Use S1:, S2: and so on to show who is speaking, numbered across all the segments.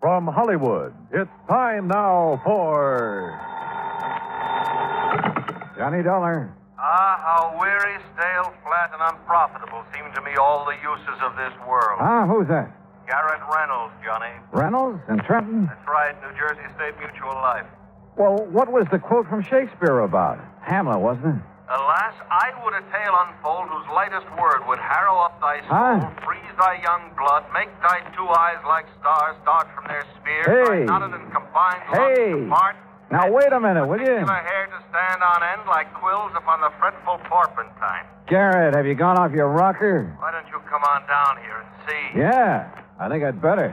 S1: from Hollywood. It's time now for. Johnny Dollar.
S2: Ah, how weary, stale, flat, and unprofitable seem to me all the uses of this world.
S1: Ah, who's that?
S2: Garrett Reynolds, Johnny.
S1: Reynolds and Trenton?
S2: That's right, New Jersey State Mutual Life.
S1: Well, what was the quote from Shakespeare about? Hamlet, wasn't it?
S2: Alas, I would a tale unfold whose lightest word would harrow up thy soul,
S1: Huh?
S2: freeze thy young blood, make thy two eyes like stars dart from their sphere,
S1: Hey.
S2: thy knotted and combined
S1: Hey.
S2: lungs to part,
S1: Now, wait a minute, will you?
S2: particular hair to stand on end like quills upon the fretful porpentine.
S1: Garrett, have you gone off your rocker?
S2: Why don't you come on down here and see?
S1: Yeah, I think I'd better.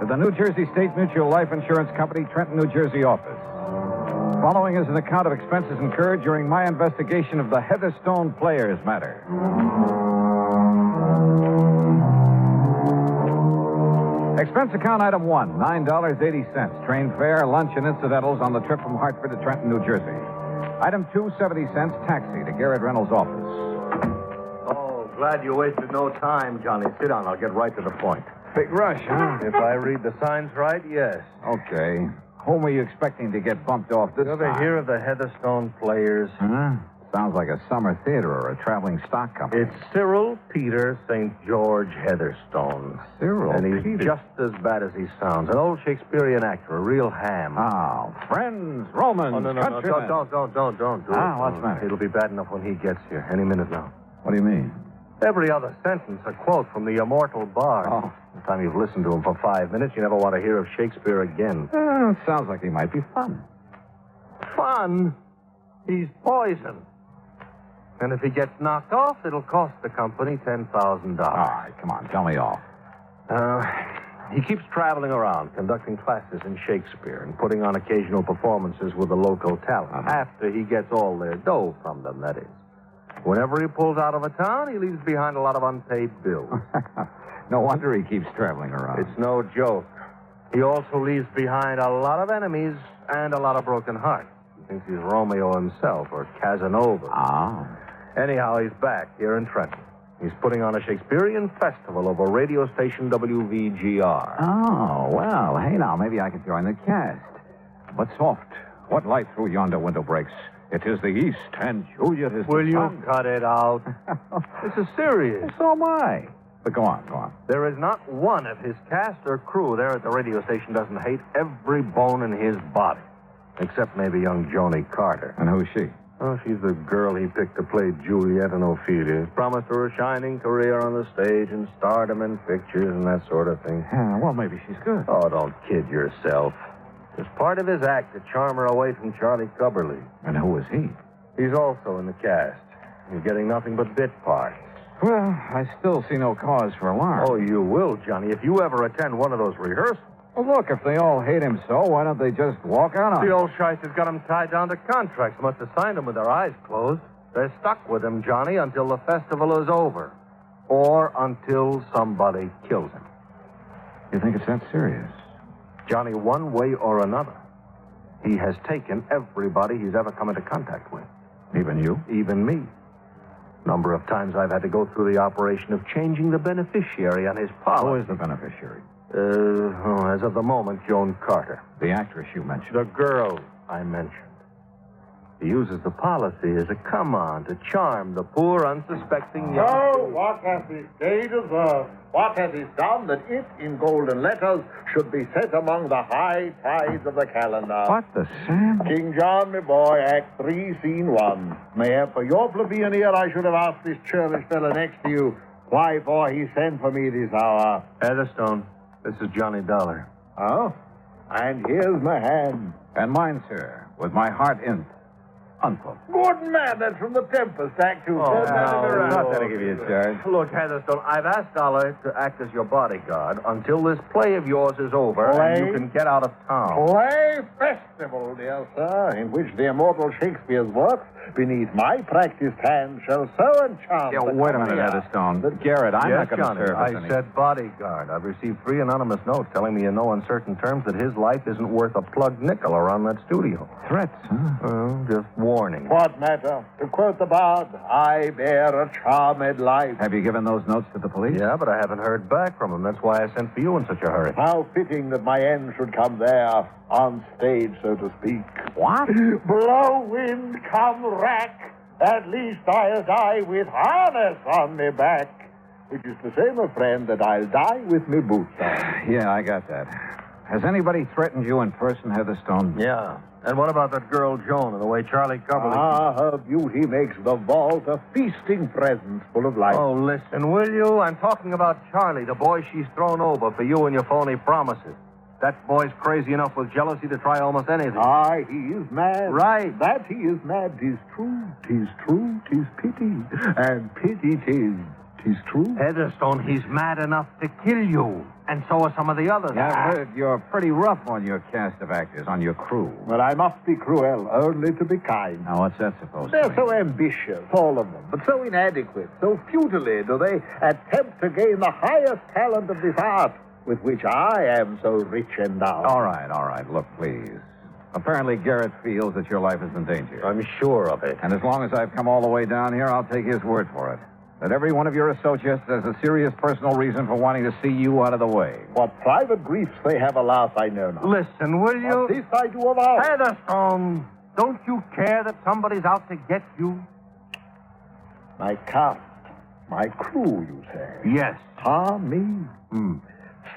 S1: to the New Jersey State Mutual Life Insurance Company, Trenton, New Jersey office. Following is an account of expenses incurred during my investigation of the Heatherstone Players matter. Expense account item one, $9.80. Train fare, lunch, and incidentals on the trip from Hartford to Trenton, New Jersey. Item two, 70 cents, taxi to Garrett Reynolds' office.
S3: Oh, glad you wasted no time, Johnny. Sit down. I'll get right to the point. Hmm.
S1: Big rush, huh?
S3: If I read the signs right, yes.
S1: Okay. Whom were you expecting to get bumped off this
S3: You ever
S1: time?
S3: hear of the Heatherstone Players?
S1: Huh? Sounds like a summer theater or a traveling stock company.
S3: It's Cyril Peter St. George Heatherstone.
S1: Cyril
S3: and he's
S1: Peter.
S3: just as bad as he sounds. An old Shakespearean actor, a real ham.
S1: Oh, friends, Romans,
S3: Oh, no, no, no.
S1: countrymen.
S3: Don't, don't, don't, don't, don't do it.
S1: Ah, what's the matter?
S3: It'll be bad enough when he gets here, any minute now.
S1: What do you mean?
S3: Every other sentence, a quote from the immortal bard.
S1: Oh.
S3: By the time you've listened to him for five minutes, you never want to hear of Shakespeare again.
S1: Uh, it sounds like he might be fun.
S3: Fun? He's poison. And if he gets knocked off, it'll cost the company
S1: All
S3: $10,000.
S1: right, come on, tell me all.
S3: Uh, he keeps traveling around, conducting classes in Shakespeare and putting on occasional performances with the local talent after he gets all their dough from them, that is. Whenever he pulls out of a town, he leaves behind a lot of unpaid bills.
S1: no wonder he keeps traveling around.
S3: It's no joke. He also leaves behind a lot of enemies and a lot of broken hearts. He thinks he's Romeo himself or Casanova.
S1: Ah,
S3: Anyhow, he's back here in Trenton. He's putting on a Shakespearean festival over radio station WVGR.
S1: oh, well, hey now, maybe I could join the cast. But soft, what light through yonder window breaks? It is the east, and Juliet is
S3: Will
S1: the
S3: you
S1: sun.
S3: cut it out? This is serious.
S1: so am I. But go on, go on.
S3: There is not one of his cast or crew there at the radio station doesn't hate every bone in his body. Except maybe young Joni Carter.
S1: And who's she?
S3: Oh, she's the girl he picked to play Juliet and Ophelia. Promised her a shining career on the stage and stardom in pictures and that sort of thing.
S1: Yeah, Uh, well, maybe she's good.
S3: Oh, don't kid yourself. It's part of his act to charm her away from Charlie Cubberly.
S1: And who is he?
S3: He's also in the cast. He's getting nothing but bit parts.
S1: Well, I still see no cause for alarm.
S3: Oh, you will, Johnny, if you ever attend one of those rehearsals.
S1: Well, look, if they all hate him so, why don't they just walk out on
S3: The
S1: him?
S3: old shyster's got him tied down to contracts. Must have signed him with their eyes closed. They're stuck with him, Johnny, until the festival is over. Or until somebody kills him.
S1: You think it's that serious?
S3: Johnny, one way or another, he has taken everybody he's ever come into contact with.
S1: Even you?
S3: even me. Number of times I've had to go through the operation of changing the beneficiary on his
S1: Who
S3: policy.
S1: is the beneficiary?
S3: Uh, oh, as of the moment, Joan Carter.
S1: The actress you mentioned.
S3: The girl I mentioned. He uses the policy as a come on to charm the poor, unsuspecting young.
S4: So what hath this day deserved? What hath it done that it, in golden letters, should be set among the high tides of the calendar?
S1: What the Sam?
S4: King John, my boy, Act 3, Scene 1. Mayhap for your plebeian ear I should have asked this churlish fellow next to you, why for he sent for me this hour.
S3: Heatherstone, this is Johnny Dollar.
S4: Oh? And here's my hand.
S1: And mine, sir, with my heart in. Unquote.
S4: Good man. That's from the Tempest, Act Two. Turn that
S3: no,
S4: around.
S1: Oh, Not going to give you a charge.
S3: Look, Heatherstone, I've asked Dollar to act as your bodyguard until this play of yours is over and
S4: Play? Oh.
S3: you can get out of town.
S4: Play festival, dear sir, in which the immortal Shakespeare's works, beneath my practiced hand, shall so enchant.
S1: Yeah,
S4: the
S1: wait a minute,
S4: cavalier.
S1: Heatherstone. uh, Garrett, I'm
S3: yes,
S1: not going
S3: Johnny,
S1: to serve
S3: I
S1: as any-
S3: said bodyguard. I've received three anonymous notes telling me in no uncertain terms that his life isn't worth a plugged nickel around that studio.
S1: threats. Huh?
S3: Well, just warning.
S4: What matter? To quote the bard, I bear a charmed life.
S1: Have you given those notes to the police?
S3: Yeah, but I haven't heard back from him. That's why I sent for you in such a hurry.
S4: How fitting that my end should come there, on stage, so to speak.
S1: What?
S4: Blow wind, come rack. At least I'll die with harness on me back. Which is to say, my friend, that I'll die with me boots on.
S1: Yeah, I got that. Has anybody threatened you in person, Heatherstone?
S3: Yeah. And what about that girl Joan and the way Charlie Coverly?
S4: Ah, her beauty makes the vault a feasting presence full of life.
S3: Oh, listen, will you? I'm talking about Charlie, the boy she's thrown over for you and your phony promises. That boy's crazy enough with jealousy to try almost anything.
S4: Ah, he is mad.
S3: Right.
S4: That he is mad, tis true, tis true, tis pity, and pity tis, tis true.
S3: Eh. Heatherstone, he's mad enough to kill you. And so are some of the others.
S1: Yeah, I've heard you're pretty rough on your cast of actors, on your crew.
S4: Well, I must be cruel, only to be kind.
S1: Now, what's that supposed to
S4: They're
S1: mean?
S4: so ambitious, all of them, but so inadequate, so futilely do they attempt to gain the highest talent of this art with which I am so rich endowed.
S1: All right, all right. Look, please. Apparently, Garrett feels that your life is in danger.
S3: I'm sure of it.
S1: And as long as I've come all the way down here, I'll take his word for it. That every one of your associates has a serious personal reason for wanting to see you out of the way.
S4: What private griefs they have, alas, I know not.
S3: Listen, will you?
S4: But this I do
S3: oh.
S4: avow.
S3: Heatherstone, don't you care that somebody's out to get you?
S4: My cast, my crew, you say.
S3: Yes.
S4: Ah, me.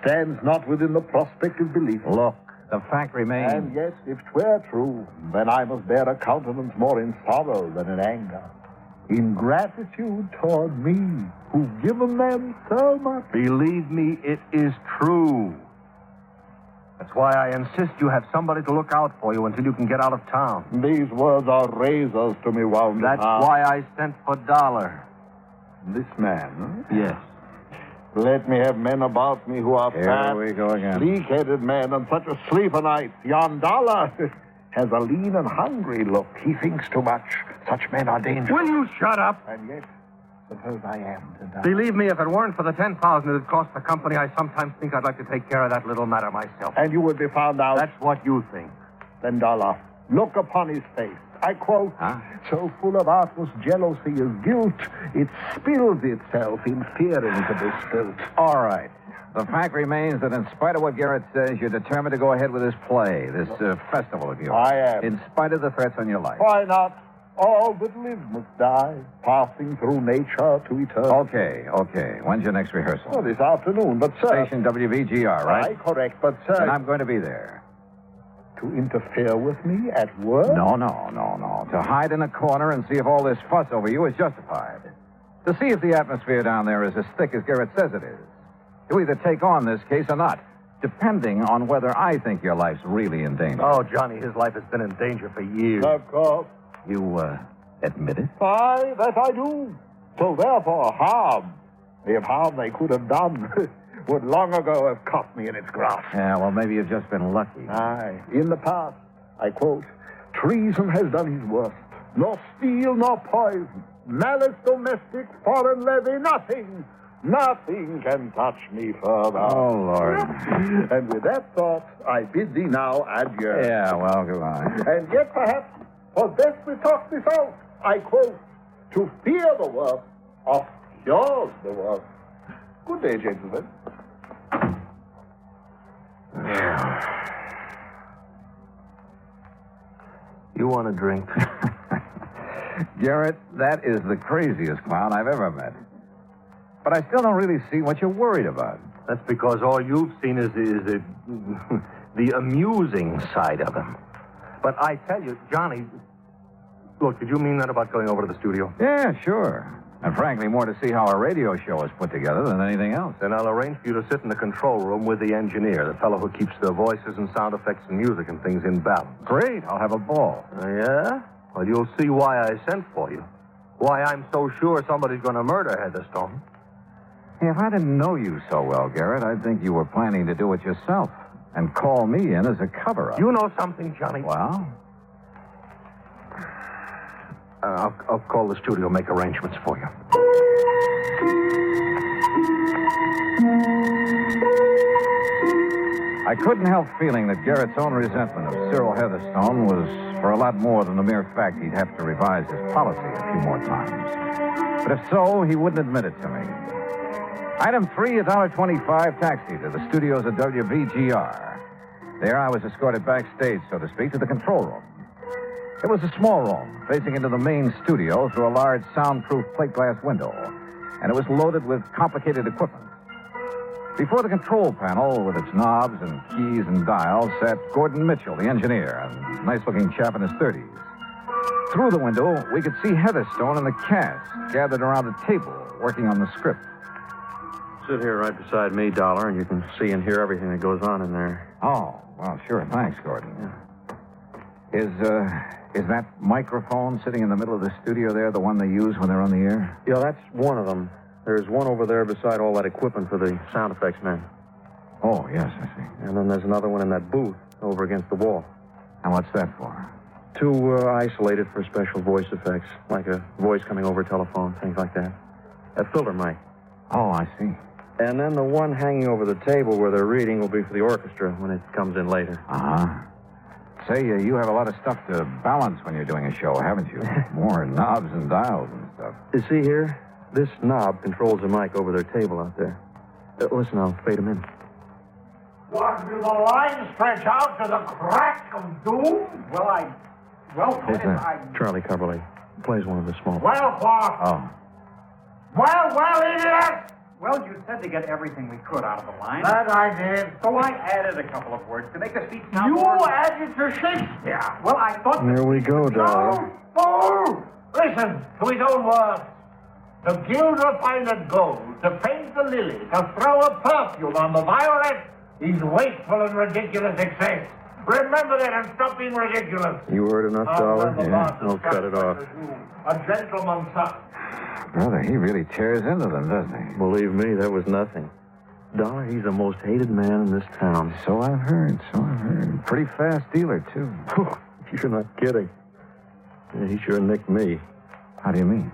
S4: Stands not within the prospect of belief.
S1: Look, the fact remains.
S4: And yet, if 'twere true, then I must bear a countenance more in sorrow than in anger. In gratitude toward me, who've given them so much.
S3: Believe me, it is true. That's why I insist you have somebody to look out for you until you can get out of town.
S4: These words are razors to me, Ah. wound
S3: That's
S4: heart.
S3: why I sent for Dollar.
S4: This man.
S3: Yes.
S4: Let me have men about me who are
S1: Here
S4: fat,
S1: we go again.
S4: sleek-headed men, and such a sleeper night. Yandala has a lean and hungry look. He thinks too much. Such men are dangerous.
S3: Will you shut up?
S4: And yet, suppose I am to die.
S3: Believe me, if it weren't for the ten thousand it cost the company, I sometimes think I'd like to take care of that little matter myself.
S4: And you would be found out.
S3: That's what you think.
S4: Then Dollar, look upon his face. I quote,
S1: Huh?
S4: so full of artless jealousy is guilt, it spills itself in fearing to be spilt.
S1: All right. The fact remains that in spite of what Garrett says, you're determined to go ahead with this play, this uh, festival of yours.
S4: I am.
S1: In spite of the threats on your life.
S4: Why not? All that live must die, passing through nature to eternity.
S1: Okay, okay. When's your next rehearsal?
S4: Oh, this afternoon, but sir.
S1: Station WVGR, right?
S4: Aye, correct, but sir.
S1: And I'm going to be there.
S4: To interfere with me at work?
S1: No, no, no, no. To hide in a corner and see if all this fuss over you is justified. To see if the atmosphere down there is as thick as Garrett says it is. To either take on this case or not, depending on whether I think your life's really in danger.
S3: Oh, Johnny, his life has been in danger for years.
S4: Of course.
S1: You, uh, admit it?
S4: Aye, that I do. So therefore, harm, if harm they could have done, would long ago have caught me in its grasp.
S1: Yeah, well, maybe you've just been lucky.
S4: Aye, in the past, I quote, treason has done his worst, nor steel nor poison, malice domestic, foreign levy, nothing, nothing can touch me further.
S1: Oh, Lord.
S4: And with that thought, I bid thee now adieu.
S1: Yeah, well, goodbye.
S4: And yet, perhaps, for best we talk this out. I quote, to fear the worst, obscures the worst. Good day, gentlemen.
S3: You want a drink?
S1: Garrett, that is the craziest clown I've ever met. But I still don't really see what you're worried about.
S3: That's because all you've seen is, is the, the amusing side of him. But I tell you, Johnny, look, did you mean that about going over to the studio?
S1: Yeah, sure. And frankly, more to see how a radio show is put together than anything else.
S3: Then I'll arrange for you to sit in the control room with the engineer, the fellow who keeps the voices and sound effects and music and things in balance.
S5: Oh,
S1: Great, I'll have a ball.
S3: yeah?
S5: Well, you'll see why I sent for you. Why I'm so sure somebody's going to murder Heatherstone.
S1: Hey, if I didn't know you so well, Garrett, I'd think you were planning to do it yourself and call me in as a cover up.
S5: You know something, Johnny?
S1: Well,
S5: Uh, I'll, I'll call the studio, make arrangements for you.
S1: I couldn't help feeling that Garrett's own resentment of Cyril Heatherstone was for a lot more than the mere fact he'd have to revise his policy a few more times. But if so, he wouldn't admit it to me. Item three, a dollar twenty-five taxi to the studios of WBGR. There, I was escorted backstage, so to speak, to the control room. It was a small room facing into the main studio through a large soundproof plate glass window, and it was loaded with complicated equipment. Before the control panel, with its knobs and keys and dials, sat Gordon Mitchell, the engineer, a nice looking chap in his 30s. Through the window, we could see Heatherstone and the cast gathered around a table working on the script.
S3: Sit here right beside me, Dollar, and you can see and hear everything that goes on in there.
S1: Oh, well, sure. Thanks, Gordon. Is, uh, is that microphone sitting in the middle of the studio there the one they use when they're on the air?
S3: Yeah, that's one of them. There's one over there beside all that equipment for the sound effects men.
S1: Oh, yes, I see.
S3: And then there's another one in that booth over against the wall.
S1: And what's that for?
S3: Two uh, isolated for special voice effects, like a voice coming over telephone, things like that. A filter mic.
S1: Oh, I see.
S3: And then the one hanging over the table where they're reading will be for the orchestra when it comes in later.
S1: Uh huh. Say, uh, you have a lot of stuff to balance when you're doing a show, haven't you? More knobs and dials and stuff.
S3: You see here? This knob controls the mic over their table out there. Uh, listen, I'll fade him in.
S6: What do the lines stretch out to the crack of doom? Well, I. Well,
S1: Who's
S6: if
S1: that?
S6: I.
S3: uh, Charlie Coverley plays one of the small.
S6: Well, Clark.
S1: Oh.
S6: Well, well, idiot!
S4: Well, you said to get everything we could out of the line.
S6: That I did.
S4: so I added a couple of words to make the speech sound
S6: You
S4: more...
S6: added to Shakespeare.
S4: Well, I thought...
S3: There we go,
S6: No
S3: Dollar.
S6: fool! Listen to his own words. The guild refined at gold, to paint the lily, to throw a perfume on the violet, is wasteful and ridiculous excess. Remember that and stop being ridiculous.
S3: You heard enough, Dollar? I'll
S6: I'll
S3: cut it off.
S6: A gentleman, sir.
S1: Brother, he really tears into them, doesn't
S3: Believe me, that was nothing. Dollar, he's the most hated man in this town.
S1: he? So I've heard, so I've heard. Pretty fast dealer, too.
S3: You're not kidding. Yeah, He sure nicked me.
S1: How do you mean?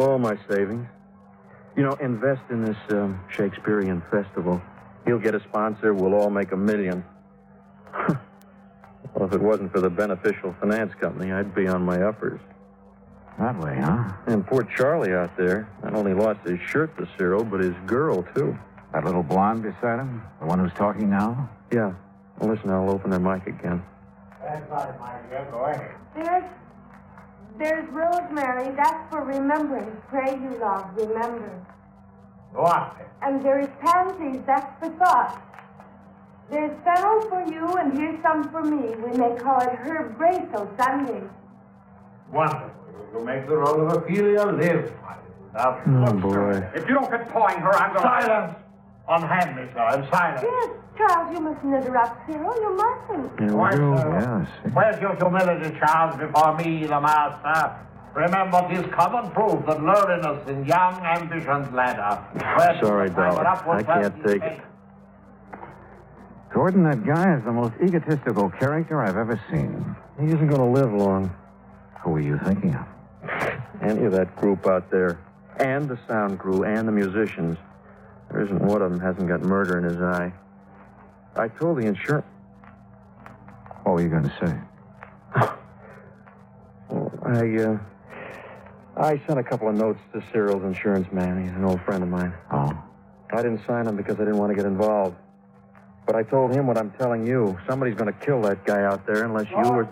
S3: All my savings. You know, invest in this um, Shakespearean festival. He'll get a sponsor. We'll all make a million. well, if it wasn't for the beneficial finance company, I'd be on my uppers.
S1: That way, huh?
S3: And poor Charlie out there not only lost his shirt to Cyril, but his girl, too.
S1: That little blonde beside him? The one who's talking now?
S3: Yeah. Well, listen, I'll open their mic again.
S6: That's right, my dear boy.
S7: There's, there's rosemary. That's for remembering. Pray you love, remember.
S6: Go on, then.
S7: And there's pansies. That's for thought. There's fennel for you, and here's some for me. We may call it herb brace o' Sunday.
S6: Wonderful. You make the role of Ophelia live, my love.
S4: If you don't quit pawing her, I'm going to...
S6: Silence! Unhand me, sir, and silence.
S7: Yes, Charles, you mustn't interrupt Cyril. Oh, You mustn't.
S3: There
S6: Why, sir?
S1: Yes.
S6: Where's your humility, Charles, before me, the master? Remember, 'tis common proof that lowliness in young ambition's ladder. Where
S3: Sorry, Dollar.
S6: upward
S3: I can't
S6: path
S3: take
S6: is
S3: it.
S1: Gordon, that guy is the most egotistical character I've ever seen.
S3: He isn't going to live long.
S1: Who were you thinking of?
S3: Any of that group out there, and the sound crew, and the musicians. There isn't one of them hasn't got murder in his eye. I told the insurance.
S1: What were you going to say?
S3: Well, I, uh. I sent a couple of notes to Cyril's insurance man. He's an old friend of mine.
S1: Oh.
S3: I didn't sign them because I didn't want to get involved. But I told him what I'm telling you. Somebody's going to kill that guy out there unless you were.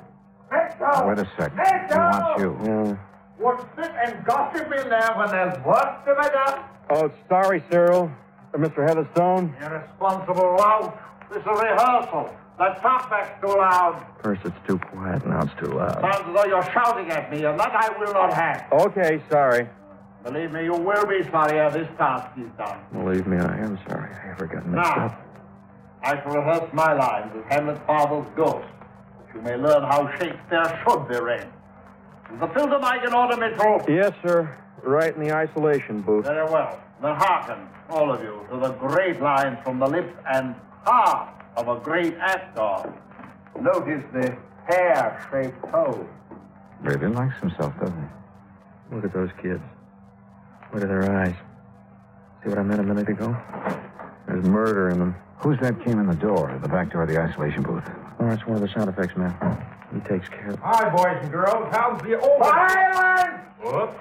S6: Let
S1: Now,
S6: go!
S1: wait a second.
S6: Let
S1: He
S6: go!
S1: wants you.
S3: Yeah.
S6: Would sit and gossip in there when there's work to be done?
S3: Oh, sorry, Cyril. Uh, Mr. Heatherstone.
S6: Irresponsible lout. This is a rehearsal. The talkback's too loud.
S3: First, it's too quiet. Now it's too loud.
S6: Sounds as though you're shouting at me, and that I will not have.
S3: Okay, sorry.
S6: Believe me, you will be sorry how this task is done.
S3: Believe me, I am sorry. I ever got mixed
S6: Now,
S3: up.
S6: I shall rehearse my lines as Hamlet's father's ghost, that you may learn how Shakespeare should be read. Fulfill the mic and order me through.
S3: Yes, sir. Right in the isolation booth.
S6: Very well. Now hearken, all of you, to the great lines from the lips and heart of a great actor. Notice the hair-shaped toe.
S1: Really likes himself, doesn't he?
S3: Look at those kids. Look at their eyes. See what I meant a minute ago? There's murder in them.
S1: Who's that came in the door, the back door of the isolation booth? Oh,
S3: Oh, that's one of the sound effects, man. He takes care of
S4: Hi, boys and girls. How's the old
S6: Silence!
S4: Whoops.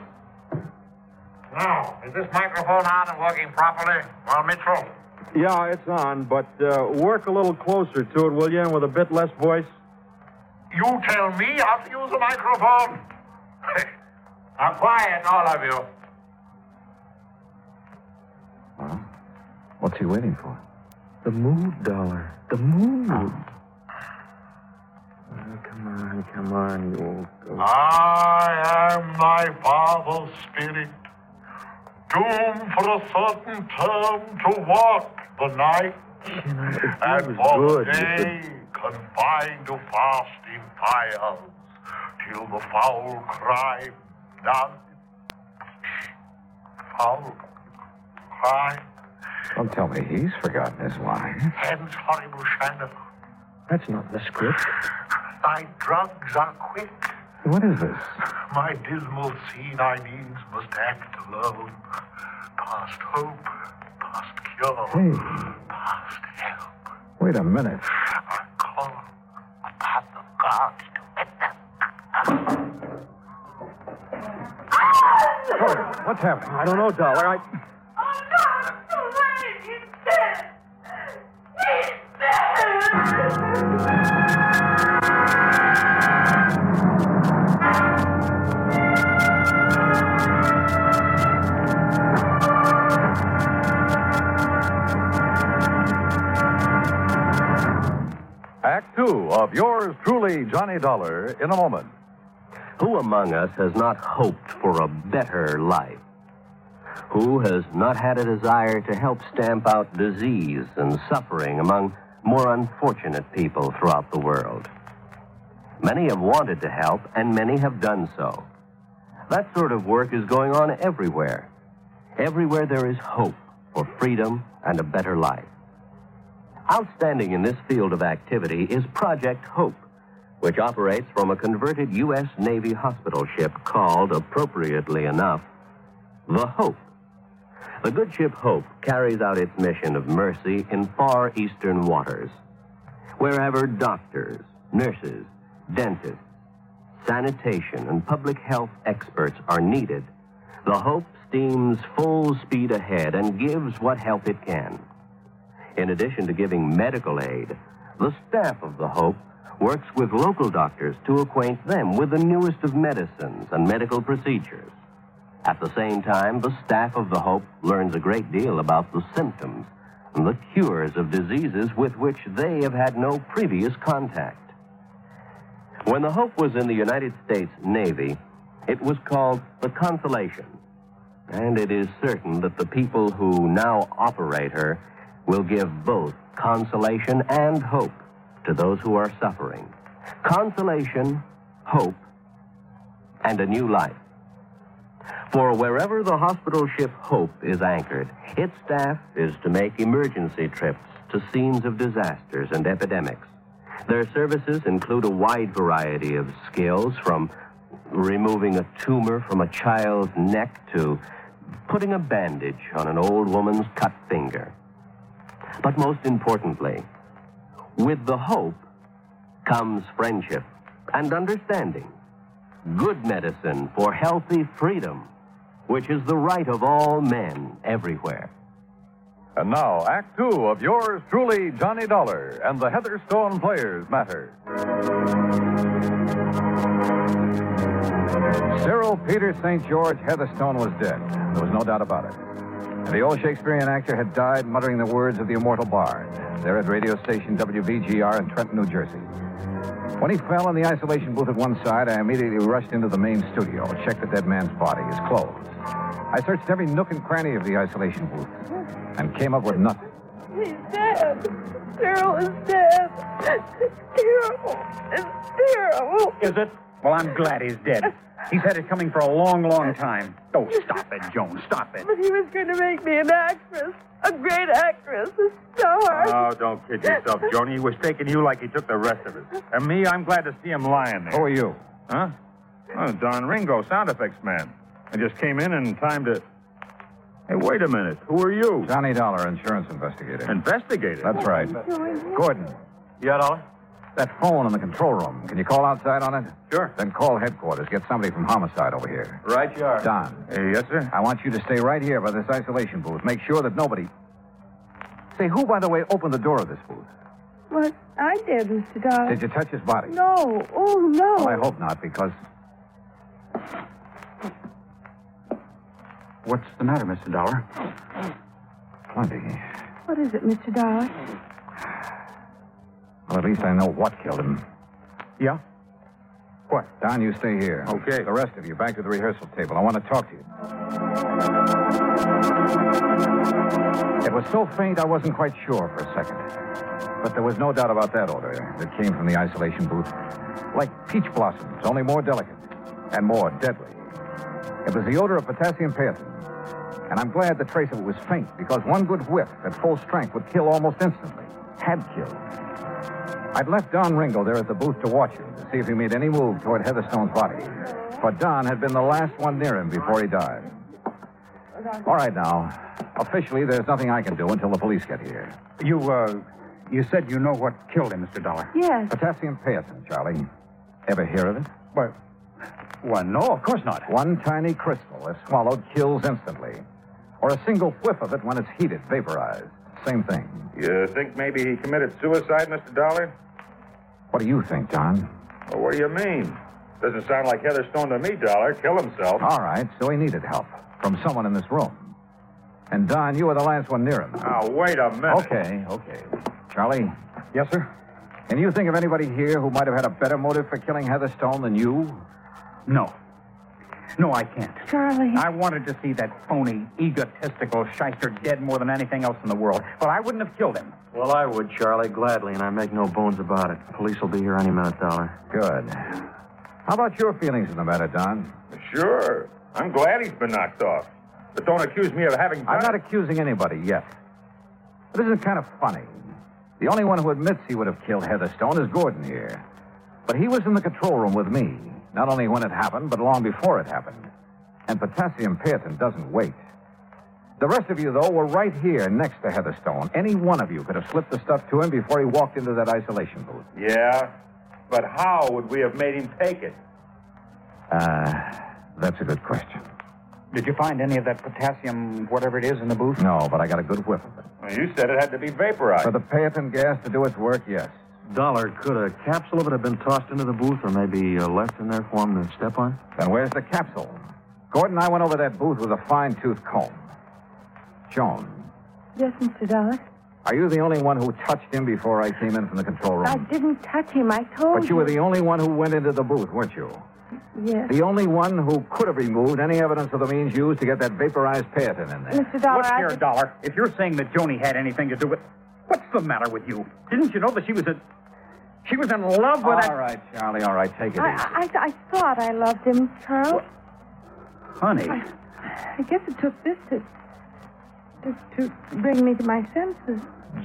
S4: Now, is this microphone on and working properly? Well, Mitchell.
S3: Yeah, it's on, but uh, work a little closer to it, will you? And with a bit less voice.
S4: You tell me how to use a microphone? now, quiet, all of you.
S1: Well, what's he waiting for?
S3: The mood, Dollar. The mood. Oh, come on, come on, you old goat.
S4: I am thy father's spirit, doomed for a certain term to walk the night, and for
S3: good.
S4: the day confined to fasting fires, till the foul crime done. Foul crime.
S1: Don't tell me he's forgotten his line.
S4: Hence, horrible shadow,
S3: That's not the script.
S4: thy drugs are quick.
S1: What is this?
S4: My dismal scene I needs must act alone. Past hope, past cure,
S1: Hey.
S4: past help.
S1: Wait a minute.
S4: I call upon the gods to help.
S1: What's happening?
S3: I don't know, Dollar. I.
S8: Oh, no, it's too late. He's dead. He's dead.
S9: Act two of yours truly, Johnny Dollar, in a moment.
S10: Who among us has not hoped for a better life? Who has not had a desire to help stamp out disease and suffering among more unfortunate people throughout the world? Many have wanted to help, and many have done so. That sort of work is going on everywhere. Everywhere there is hope for freedom and a better life. Outstanding in this field of activity is Project Hope which operates from a converted U.S. Navy hospital ship called, appropriately enough, the Hope. The good ship Hope carries out its mission of mercy in far eastern waters, wherever doctors, nurses, dentists, sanitation, and public health experts are needed. The Hope steams full speed ahead and gives what help it can. In addition to giving medical aid, the staff of the Hope works with local doctors to acquaint them with the newest of medicines and medical procedures. At the same time, the staff of the Hope learns a great deal about the symptoms and the cures of diseases with which they have had no previous contact. When the Hope was in the United States Navy, it was called the Consolation. And it is certain that the people who now operate her will give both consolation and hope to those who are suffering. Consolation, hope, and a new life. For wherever the hospital ship Hope is anchored, its staff is to make emergency trips to scenes of disasters and epidemics. Their services include a wide variety of skills from removing a tumor from a child's neck to putting a bandage on an old woman's cut finger. But most importantly, with the hope comes friendship and understanding. Good medicine for healthy freedom, which is the right of all men everywhere.
S9: And now, Act two of yours truly, Johnny Dollar, and the Heatherstone Players Matter.
S1: Cyril Peter St. George Heatherstone was dead. There was no doubt about it. And the old Shakespearean actor had died muttering the words of the immortal bard there at radio station WVGR in Trenton, New Jersey. When he fell in the isolation booth at one side, I immediately rushed into the main studio, checked the dead man's body, his clothes. I searched every nook and cranny of the isolation booth and came up with nothing.
S8: He's dead. Cyril is dead. Cyril is Cyril.
S3: Is it?
S11: Well, I'm glad he's dead. He's had it coming for a long, long time. Oh, stop it, Joan. Stop it.
S7: But he was going to make me an actress, a great actress, a star.
S4: Oh, don't kid yourself, Joan. He was taking you like he took the rest of us. And me, I'm glad to see him lying there. Who are you? Huh? Oh, Don Ringo, sound effects man. I just came in in time to. Hey, wait a minute. Who are you?
S1: Johnny Dollar, insurance investigator.
S4: Investigator?
S1: That's right. Gordon.
S4: Yeah, Dollar?
S1: That phone in the control room. Can you call outside on it? Sure. Then call headquarters. Get somebody from homicide over here.
S4: Right, you are.
S1: Don.
S11: Uh,
S4: yes, sir?
S1: I want you to stay right here by this isolation booth. Make sure that nobody. Say, who, by the way, opened the door of this booth?
S7: What? I did, Mr. Dollar.
S1: Did you touch his body?
S7: No. Oh, no.
S1: Well, I hope not, because.
S11: What's the matter, Mr. Dollar?
S1: Plenty.
S7: What is it, Mr. Dollar?
S1: Well, at least I know what killed him.
S11: Yeah?
S1: What? Don, you stay here. Okay. The rest of you, back to the rehearsal table. I want to talk to you. It was so faint, I wasn't quite sure for a second. But there was no doubt about that odor that came from the isolation booth. Like peach blossoms, only more delicate and more deadly. It was the odor of potassium panthin. And I'm glad the trace of it was faint, because one good whiff at full strength would kill almost instantly. Had killed. I'd left Don Ringo there at the booth to watch him, to see if he made any move toward Heatherstone's body. For Don had been the last one near him before he died. All right, now. Officially, there's nothing I can do until the police get here.
S11: You, uh, you said you know what killed him, Mr. Dollar.
S7: Yes.
S1: Potassium pyrethrin, Charlie. Ever hear of it?
S11: Well, well, no, of course not.
S1: One tiny crystal, if swallowed, kills instantly. Or a single whiff of it when it's heated, vaporized. Same thing.
S4: You think maybe he committed suicide, Mr. Dollar?
S1: What do you think, Don?
S4: Well, what do you mean? Doesn't sound like Heatherstone to me, Dollar. Kill himself.
S1: All right, so he needed help from someone in this room. And Don, you were the last one near him.
S4: Now, wait a minute.
S1: Okay, okay. Charlie,
S11: Yes, sir?
S1: can you think of anybody here who might have had a better motive for killing Heatherstone than you?
S11: No. No, I can't.
S7: Charlie.
S11: I wanted to see that phony, egotistical shyster dead more than anything else in the world. But I wouldn't have killed him.
S3: Well, I would, Charlie, gladly, and I make no bones about it. Police will be here any minute, Dollar.
S1: Good. How about your feelings in the matter, Don?
S4: Sure. I'm glad he's been knocked off. But don't accuse me of having done
S1: I'm not
S4: it.
S1: accusing anybody yet. But isn't it kind of funny? The only one who admits he would have killed Heatherstone is Gordon here. But he was in the control room with me, not only when it happened, but long before it happened. And potassium pyrethrin doesn't wait. The rest of you, though, were right here next to Heatherstone. Any one of you could have slipped the stuff to him before he walked into that isolation booth.
S4: Yeah, but how would we have made him take it?
S1: Uh, that's a good question.
S11: Did you find any of that potassium, whatever it is, in the booth?
S1: No, but I got a good whiff of it.
S4: Well, you said it had to be vaporized.
S1: For the pyrethrin gas to do its work, yes.
S3: Dollar, could a capsule of it have been tossed into the booth or maybe uh, left in there for him to step on?
S1: Then where's the capsule? Gordon, I went over that booth with a fine tooth comb. Joan,
S7: Yes, Mr. Dollar.
S1: are you the only one who touched him before I came in from the control room?
S7: I didn't touch him. I told
S1: But you were the only one who went into the booth, weren't you?
S7: Yes.
S1: The only one who could have removed any evidence of the means used to get that vaporized pyrethrin in there.
S7: Mr. Dollar,
S11: Look
S7: I
S11: here,
S7: just-
S11: Dollar. If you're saying that Joni had anything to do with. What's the matter with you? Didn't you know that she was a. She was in love with that.
S1: All right, Charlie, all right, take it
S7: I,
S1: easy.
S7: I, I thought I loved him, Charles.
S11: Honey.
S7: I guess it took this to, to, to bring me to my senses.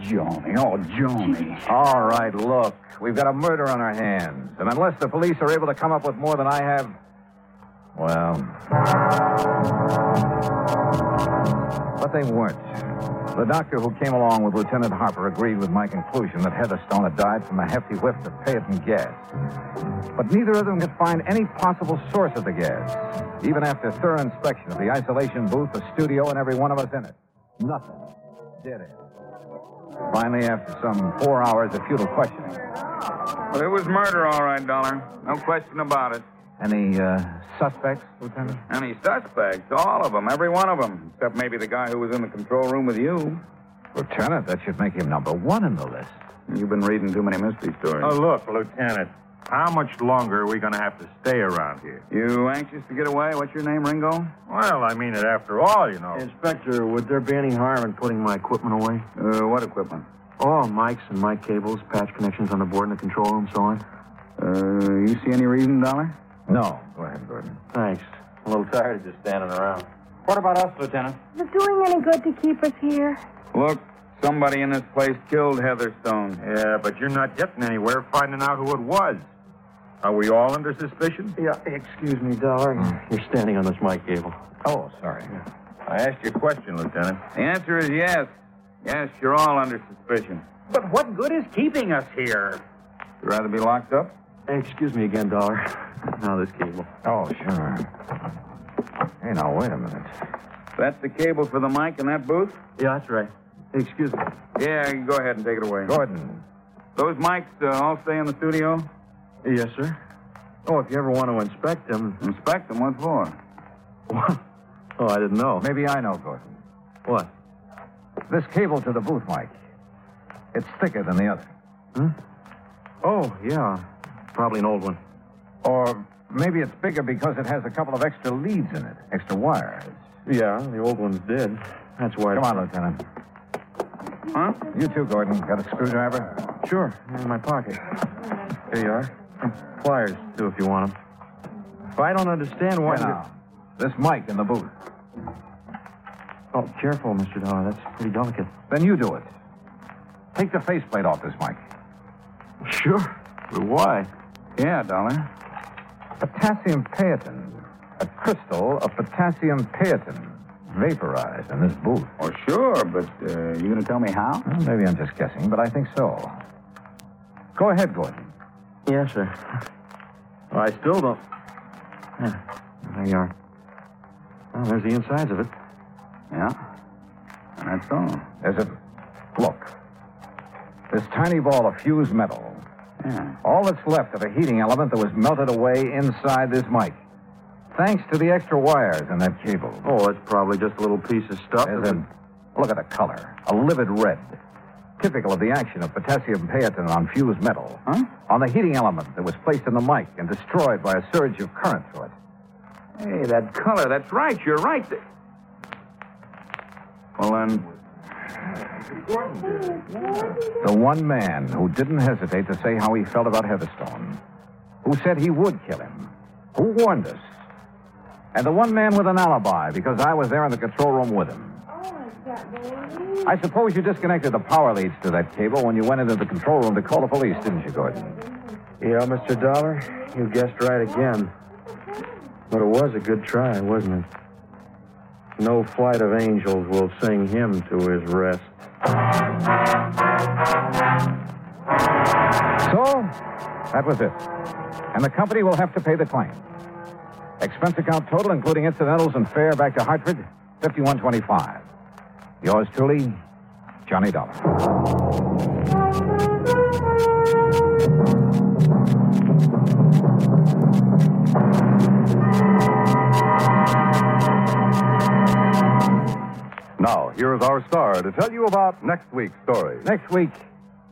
S11: Joni. Oh, Joni.
S1: All right, look, we've got a murder on our hands. And unless the police are able to come up with more than I have, well. But they weren't. The doctor who came along with Lieutenant Harper agreed with my conclusion that Heatherstone had died from a hefty whiff of Peyton gas. But neither of them could find any possible source of the gas, even after thorough inspection of the isolation booth, the studio, and every one of us in it. Nothing did it. Finally, after some four hours of futile questioning,
S12: Well, it was murder, all right, Dollar. No question about it.
S1: any uh, suspects, Lieutenant?
S12: Any suspects, all of them, every one of them, except maybe the guy who was in the control room with you.
S1: Lieutenant, that should make him number one in the list.
S12: You've been reading too many mystery stories.
S4: Oh, look, Lieutenant. How much longer are we going to have to stay around here?
S12: You anxious to get away? What's your name, Ringo?
S4: Well, I mean it after all, you know.
S3: Inspector, would there be any harm in putting my equipment away?
S12: Uh, what equipment?
S3: All mics and mic cables, patch connections on the board in the control room, so on.
S11: Uh, you see any reason, Dollar?
S3: No. Go ahead, Gordon. Thanks. I'm a little tired of just standing around.
S11: What about us, Lieutenant?
S7: Is it doing any good to keep us here?
S11: Look, somebody in this place killed Heatherstone.
S13: Yeah, but you're not getting anywhere finding out who it was. Are we all under suspicion?
S3: Yeah, excuse me, Dollar. You're standing on this mic cable. Oh, sorry.
S13: I asked you a question, Lieutenant.
S11: The answer is yes. Yes, you're all under suspicion.
S14: But what good is keeping us here?
S11: You'd rather be locked up?
S3: Hey, excuse me again, Dollar. Now this cable.
S1: Oh, sure. Hey, now, wait a minute.
S11: That's the cable for the mic in that booth?
S3: Yeah, that's right. Excuse me.
S11: Yeah, go ahead and take it away.
S1: Gordon.
S11: Those mics uh, all stay in the studio?
S3: Yes, sir. Oh, if you ever want to inspect them.
S11: Inspect them? What for?
S3: What? Oh, I didn't know.
S1: Maybe I know, Gordon.
S3: What?
S1: This cable to the booth, Mike. It's thicker than the other.
S3: Oh, yeah. Probably an old one.
S1: Or maybe it's bigger because it has a couple of extra leads in it, extra wires.
S3: Yeah, the old one's dead. That's why.
S1: Come on, Lieutenant.
S11: Huh?
S1: You too, Gordon. Got a screwdriver?
S3: Sure, in my pocket. Here you are. And Pliers, too, if you want them. But I don't understand why.
S1: Here now. This mic in the booth.
S3: Oh, careful, Mr. Dollar. That's pretty delicate.
S1: Then you do it. Take the faceplate off this mic.
S3: Sure. But why?
S11: Yeah, Dollar.
S1: Potassium paetin. A crystal of potassium paetin vaporized in this booth.
S11: Oh, sure, but uh, you going to tell me how?
S1: Well, maybe I'm just guessing, but I think so. Go ahead, Gordon.
S3: Yes, sir. Well, I still don't. Yeah, there you are. Well, there's the insides of it.
S11: Yeah? And that's all.
S1: There's a. Look. This tiny ball of fused metal.
S11: Yeah.
S1: All that's left of a heating element that was melted away inside this mic. Thanks to the extra wires in that cable.
S3: Oh, it's probably just a little piece of stuff.
S1: There's a, look at the color. A livid red. Typical of the action of potassium paetin on fused metal.
S11: Huh?
S1: On the heating element that was placed in the mic and destroyed by a surge of current through it.
S11: Hey, that color. That's right. You're right. The- Well, then,
S1: The one man who didn't hesitate to say how he felt about Heatherstone, who said he would kill him, who warned us, and the one man with an alibi because I was there in the control room with him. I suppose you disconnected the power leads to that cable when you went into the control room to call the police, didn't you, Gordon?
S3: Yeah, Mr. Dollar, you guessed right again. But it was a good try, wasn't it? No flight of angels will sing him to his rest.
S1: So, that was it. And the company will have to pay the claim. Expense account total, including incidentals and fare back to Hartford, 5125. Yours truly, Johnny Dollar.
S4: Now, here is our star to tell you about next week's story.
S1: Next week,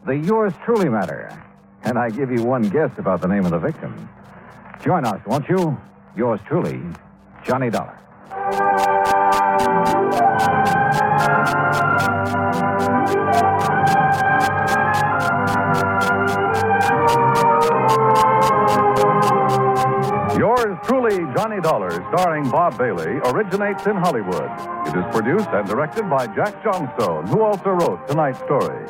S1: the yours truly matter. And I give you one guess about the name of the victim. Join us, won't you? Yours truly, Johnny Dollar.
S4: Yours truly, Johnny Dollar, starring Bob Bailey, originates in Hollywood. It is produced and directed by Jack Johnstone, who also wrote tonight's story.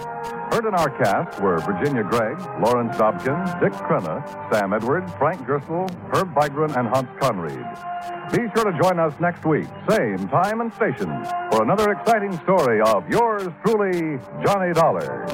S4: Heard in our cast were Virginia Gregg, Lawrence Dobkin, Dick Crenna, Sam Edwards, Frank Gersel, Herb Bygren, and Hans Conried. Be sure to join us next week, same time and station, for another exciting story of yours truly, Johnny Dollar.